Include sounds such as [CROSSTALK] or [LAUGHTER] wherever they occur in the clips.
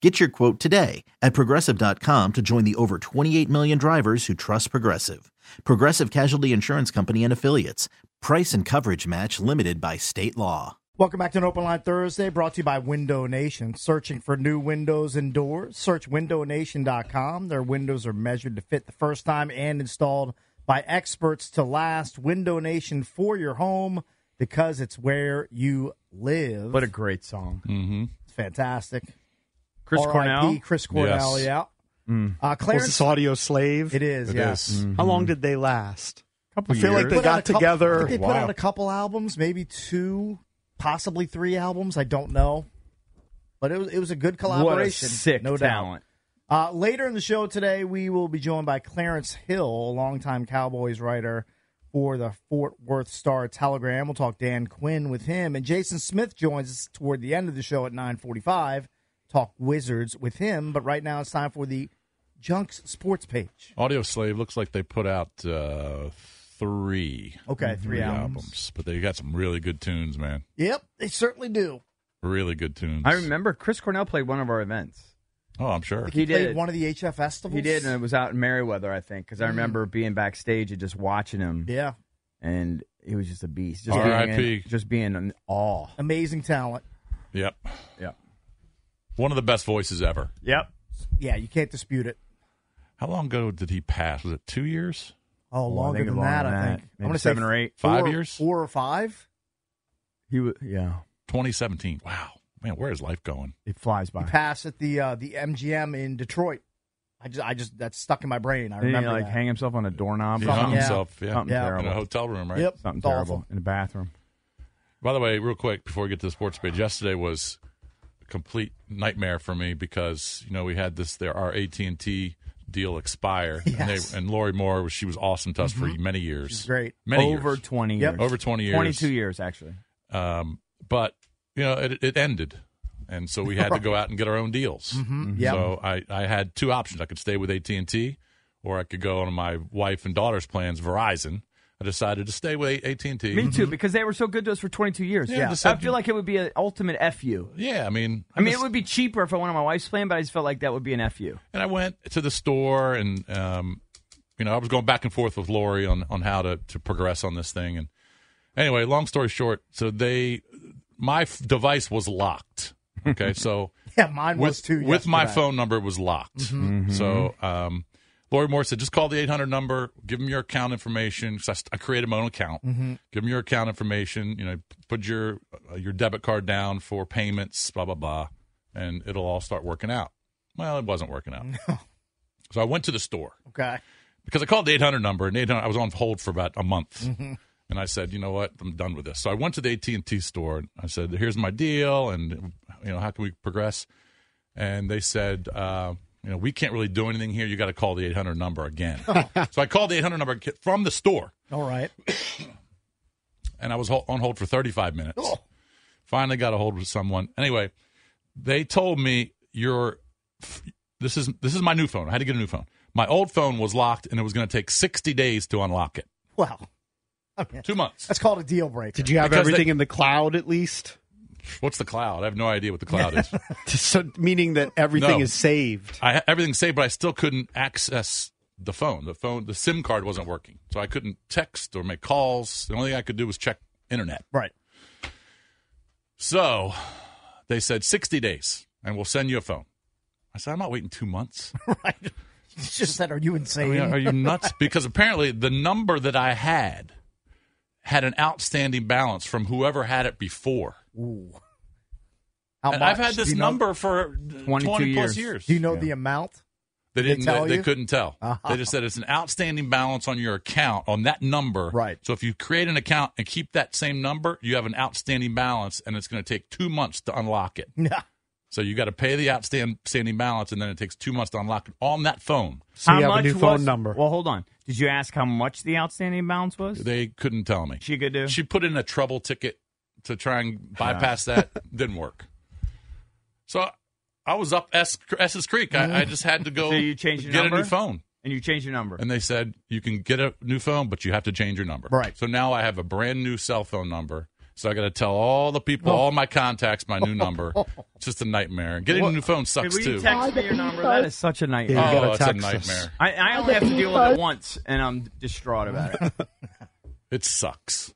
Get your quote today at progressive.com to join the over 28 million drivers who trust Progressive. Progressive Casualty Insurance Company and Affiliates. Price and coverage match limited by state law. Welcome back to an open line Thursday brought to you by Window Nation. Searching for new windows and doors? Search windownation.com. Their windows are measured to fit the first time and installed by experts to last. Window Nation for your home because it's where you live. What a great song. it's fantastic. Chris RIP, Cornell. Hmm. Chris Cornell, Yes. yeah. Uh, Was Clarence, this Audio Slave? it is, It yeah. is. Mm-hmm. How long did they last? couple I feel like years. They Put out got a couple- together- I think They put Wow. out a couple albums, maybe two, possibly three albums. I don't know. But it was, it was a good collaboration. What a sick no doubt. talent. Uh, later in the show today, we will be joined by Clarence Hill, longtime Cowboys writer for the Fort Worth Star Telegram. We'll talk Dan Quinn with him, and Jason Smith joins us toward the end of the show at nine forty-five. Talk Wizards with him, but right now it's time for the Junks Sports page. Audio Slave looks like they put out uh, three Okay, three, albums. albums, but they got some really good tunes, man. Yep, they certainly do. Really good tunes. I remember Chris Cornell played one of our events. Oh, I'm sure. He Played did. one of the HF festivals. He did, and it was out in Merriweather, I think, because I remember being backstage and just watching him, yeah, and he was just a beast. Just R.I.P.. being in- just being in awe. amazing talent. Yep. Yep. One of the best voices ever. Yep. Yeah, you can't dispute it. How long ago did he pass? Was it two years? Oh, I longer think than longer that, than I that. think. Maybe gonna seven or eight. Five four- years? four or five. He was. Yeah. 2017. Wow. Man, where is life going? It flies by. He passed at the uh, the MGM in Detroit. I just I just that's stuck in my brain. I Didn't remember he like that. hang himself on a doorknob? He or hung something? Yeah. himself yeah, Something Yeah. in a terrible. hotel room, right? Yep, Something it's awful. terrible in the bathroom. By the way, real quick before we get to the sports page, yesterday was a complete nightmare for me because you know we had this there our AT and T deal expire, Yes. and, they, and Lori Moore she was awesome to us for many years, It's great. [LAUGHS] many Over years. twenty Yep. years. over twenty years, Twenty-two years actually. Um, but you know it, it ended, and so [LAUGHS] we had to go out and get our own deals. Mm-hmm. Mm-hmm. Yeah. So I, I had two options. I could stay with AT and T, or I could go on my wife and daughter's plans, Verizon. I decided to stay with AT and T. Me Mm-hmm. too, because they were so good to us for 22 years. Yeah, just I had feel to- like it would be an ultimate fu. Yeah, I mean, I mean, just- it would be cheaper if I went on my wife's plan, but I just felt like that would be an fu. and I went to the store and um, you know I was going back and forth with Lori on on how to to progress on this thing and anyway long story short so they my f- device was locked okay [LAUGHS] so Yeah, mine was with too. with my yesterday. Mm-hmm. phone number it was locked so um, Lori Moore said just call the 800 number give them your account information so I, st- I created my own account Mm-hmm. give them your account information you know put your uh, your debit card down for payments blah blah blah and it'll all start working out well it wasn't [LAUGHS] working out so I went to the store Okay. because I called the 800 number and 800, I was on hold for about a month. And I said, you know what, I'm done with this. So I went to the AT&T store and I said, here's my deal and, you know, how can we progress? And they said, uh, you know, we can't really do anything here. You got to call the 800 number again. so I called the 800 number from the store All right. and I was hol- on hold for 35 minutes. Oh. Finally got a hold with someone. Anyway, they told me your f- this is this is my new phone. I had to get a new phone. My old phone was locked and it was going to take 60 days to unlock it. Wow. Two months. That's called a deal breaker. Did you have Because everything they- in the cloud at least? What's the cloud? I have no idea what the cloud [LAUGHS] is. So, meaning that everything No. is saved. I everything saved, but I still couldn't access the phone. The phone, the SIM card wasn't working, so I couldn't text or make calls. The only thing I could do was check internet. Right. [LAUGHS] So they said sixty days, and we'll send you a phone. I said, I'm not waiting [LAUGHS] two months. You just said, are you I insane? mean, are you nuts? Because apparently the number that I had had an outstanding balance from whoever had it before. Ooh. How And I've much? had Do this you know- number for 20 22 plus years. years. Do you know the amount? [LAUGHS] They Did they didn't. tell they, you? couldn't tell. Uh-huh. They just said it's an outstanding balance on your account on that number. Right. So if you create an account and keep that same number, you have an outstanding balance, and it's going to take two months to unlock it. Yeah. So you got to pay the outstand- outstanding balance, and then it takes two months to unlock it on that phone. So How you have a much new was- phone number. Well, hold on. Did you ask how much the outstanding balance was? They couldn't tell me. she could do. She put in a trouble ticket to try and bypass that. Didn't work. So I was up S- S's Creek. I, I just had to go So you changed your get a new number? phone. and you changed your number. And they said, you can get a new phone, but you have to change your number. Right. So now I have a brand new cell phone number. So I got to tell all the people, all my contacts, my new number. It's just a nightmare. And Getting a new phone Could sucks we too. text me your number? That is such a nightmare. Yeah. oh, gotta it's a text us. nightmare. I, I only have to deal with it once, and I'm distraught about it. It sucks.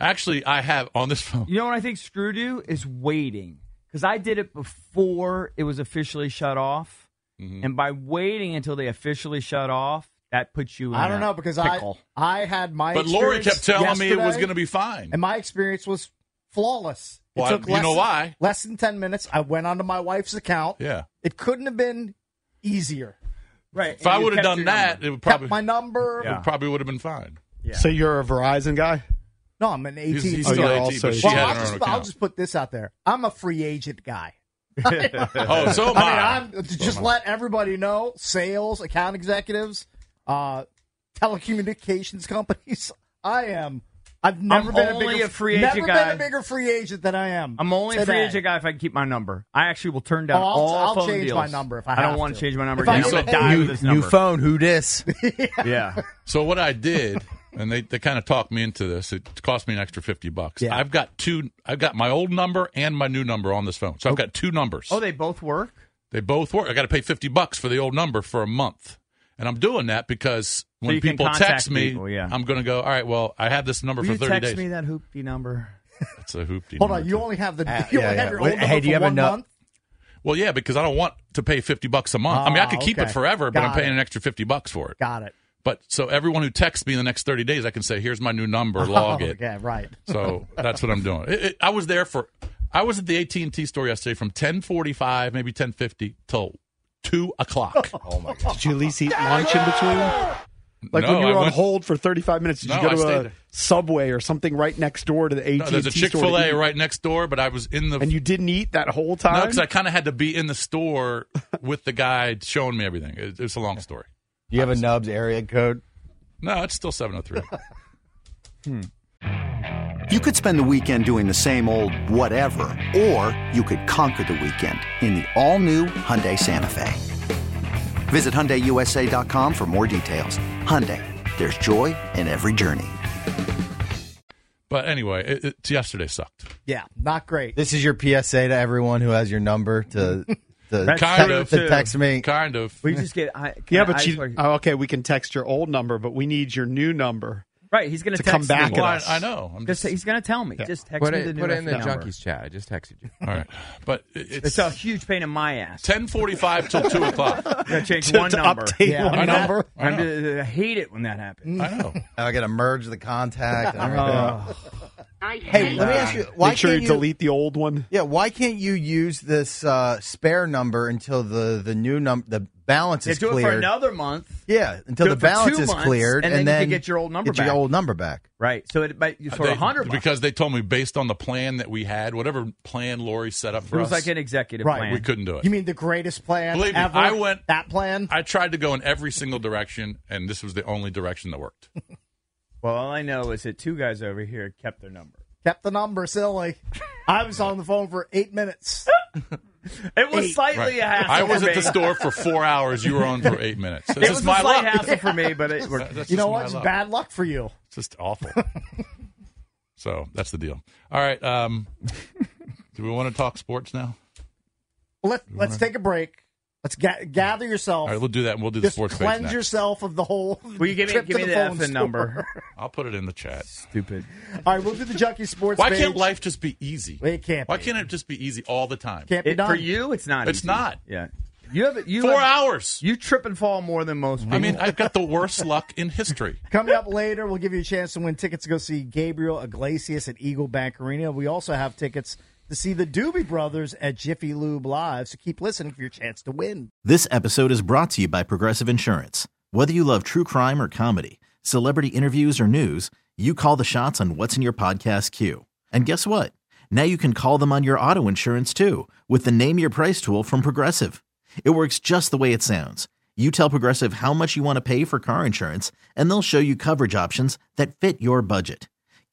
Actually, I have on this phone. You know what I think screwed you is waiting because I did it before it was officially shut off, and by waiting until they officially shut off, that puts you. in I don't a know because pickle. I I had my. But Lori kept experience telling me it was yesterday, going to be fine. and my experience was flawless. It Well, I- took you less, know why? Less than ten minutes. I went onto my wife's account. Yeah. It couldn't have been easier. right. If I and you would have kept done your that, number. it would Kept probably my number. Yeah. it probably would have been fine. So you're a Verizon guy? No, I'm an AT. He's, he's Oh, still yeah, 18, also- but she well, had E I'll, her own just, I'll account. just put this out there. I'm a free agent guy. oh, so am I. I mean, I'm, just let everybody know: sales, account executives, uh, telecommunications companies. I am. I've never been a only bigger a free never agent been guy. a bigger free agent than I am. I'm only a free today. agent guy if I can keep my number. I actually will turn down Oh, I'll- all I'll phone change deals. my number if I don't have want to. to change my number. If I again. get I'm gonna paid- die New- with this number. phone, who dis? [LAUGHS] Yeah. So what [LAUGHS] I did, and they, they kind of talked me into this. It cost me an extra fifty bucks. Yeah. I've got two. I've got my old number and my new number on this phone. So I've got two numbers. Oh, they both work. They both work. I got to pay fifty bucks for the old number for a month, and I'm doing that because when you can people contact text me, people, yeah. I'm going to go. All right, well, I have this number Will for you thirty text days. me that hoopty number? That's a hoopty. Hold number, on, you too. only have the Uh, [LAUGHS] you yeah, only yeah. have your Wait, old number hey, do you for have one enough- month. Well, yeah, because I don't want to pay fifty bucks a month. I mean, I could Ah, keep it okay. forever, but I'm Got paying it. an extra fifty bucks for it. Got it. But so everyone who texts me in the next thirty days, I can say, "Here's my [LAUGHS] new Oh, number. Log it." Okay, Oh, right. So that's what I'm doing. It, it, I was there for. I was at the AT and T store yesterday from 10:45, maybe 10:50 till two o'clock. Oh my god! Did you at least eat lunch in between? [LAUGHS] Like No, when you I were on went- hold for 35 minutes, did No, you go I to stayed a there. Subway or something right next door to the AT&T No, there's a Chick store to Fil A eat? right next door, but I was in the And you didn't eat that whole no time? because I kind of had to be in the store with the guy showing me everything. It, it's a long story. Do you have a Nubs area code? No, it's still [LAUGHS] 703. You could spend the weekend doing the same old whatever, or you could conquer the weekend in the all-new Hyundai Santa Fe. Visit HyundaiUSA.com for more details. Hyundai, there's joy in every journey. but anyway, it, it, yesterday sucked. Yeah, not great. This is your PSA to everyone who has your number to [LAUGHS] to, That's text, true, to too. text me. Kind of. We just get. I, yeah, I- I but you, swear- oh, okay, we can text your old number, but we need your new number. right. He's gonna to text come back Me. Well, at I, us. I know. I'm Just, just he's gonna tell me. Just text Put me the it, new put it in the number. junkies chat. I just texted you. all right. But it, It's it's a huge pain in my ass. 10:45 till two [LAUGHS] o'clock. I change To, one to number. update Yeah. one I know. number. I I'm know. just- I hate it when that happens. Uh, I [LAUGHS] know. I got to merge the contact. And everything. [LAUGHS] Oh, hey, let me ask you. Why Make sure you, can't delete the old one. Yeah, why can't you use this uh, spare number until the the new number the balance yeah, is do it cleared? for another month. Yeah, until Do it the for balance two is months, cleared, and and, then you then can get your old number get your back. old number back. Right. So it, but you sort Uh, They- of hundred bucks. because they told me based on the plan that we had, whatever plan Lori set up it for was us, like an executive Right. plan. we couldn't do it. You mean the greatest plan Believe me, ever? I went- that plan. I tried to go in every single direction, and this was the only direction that worked. well, all I know is that two guys over here kept their number. [LAUGHS] kept the number silly. I was on the phone for eight minutes. It was slightly a hassle. I was for at the me. store for four hours. You were on for eight minutes. This It is was my a slight luck. hassle for me, but it worked. That's You know just my what? It's luck. bad luck for you. It's just awful. so that's the deal. All right. Um, do we want to talk sports now? Let Let's take a break. Let's ga- gather yourself. All right, we'll do that, and we'll do the Just sports page cleanse next. yourself of the whole. Will you give me, trip give to me the, the, phone effing store. number? I'll put it in the chat. [LAUGHS] Stupid. All right, we'll do the junkie sports. Why page. can't life just be easy? It can't. Why be. can't it just be easy all the time? Can't be It, done for you, it's not. It's easy. not. Yeah. You have you Four have- hours. You trip and fall more than most people. [LAUGHS] I mean, I've got the worst luck in history. Coming up later, we'll give you a chance to win tickets to go see Gabriel Iglesias at Eagle Bank Arena. We also have tickets to see the Doobie Brothers at Jiffy Lube Live. So keep listening for your chance to win. This episode is brought to you by Progressive Insurance. Whether you love true crime or comedy, celebrity interviews or news, you call the shots on what's in your podcast queue. And guess what? Now you can call them on your auto insurance too with the Name Your Price tool from Progressive. It works just the way it sounds. You tell Progressive how much you want to pay for car insurance, and they'll show you coverage options that fit your budget.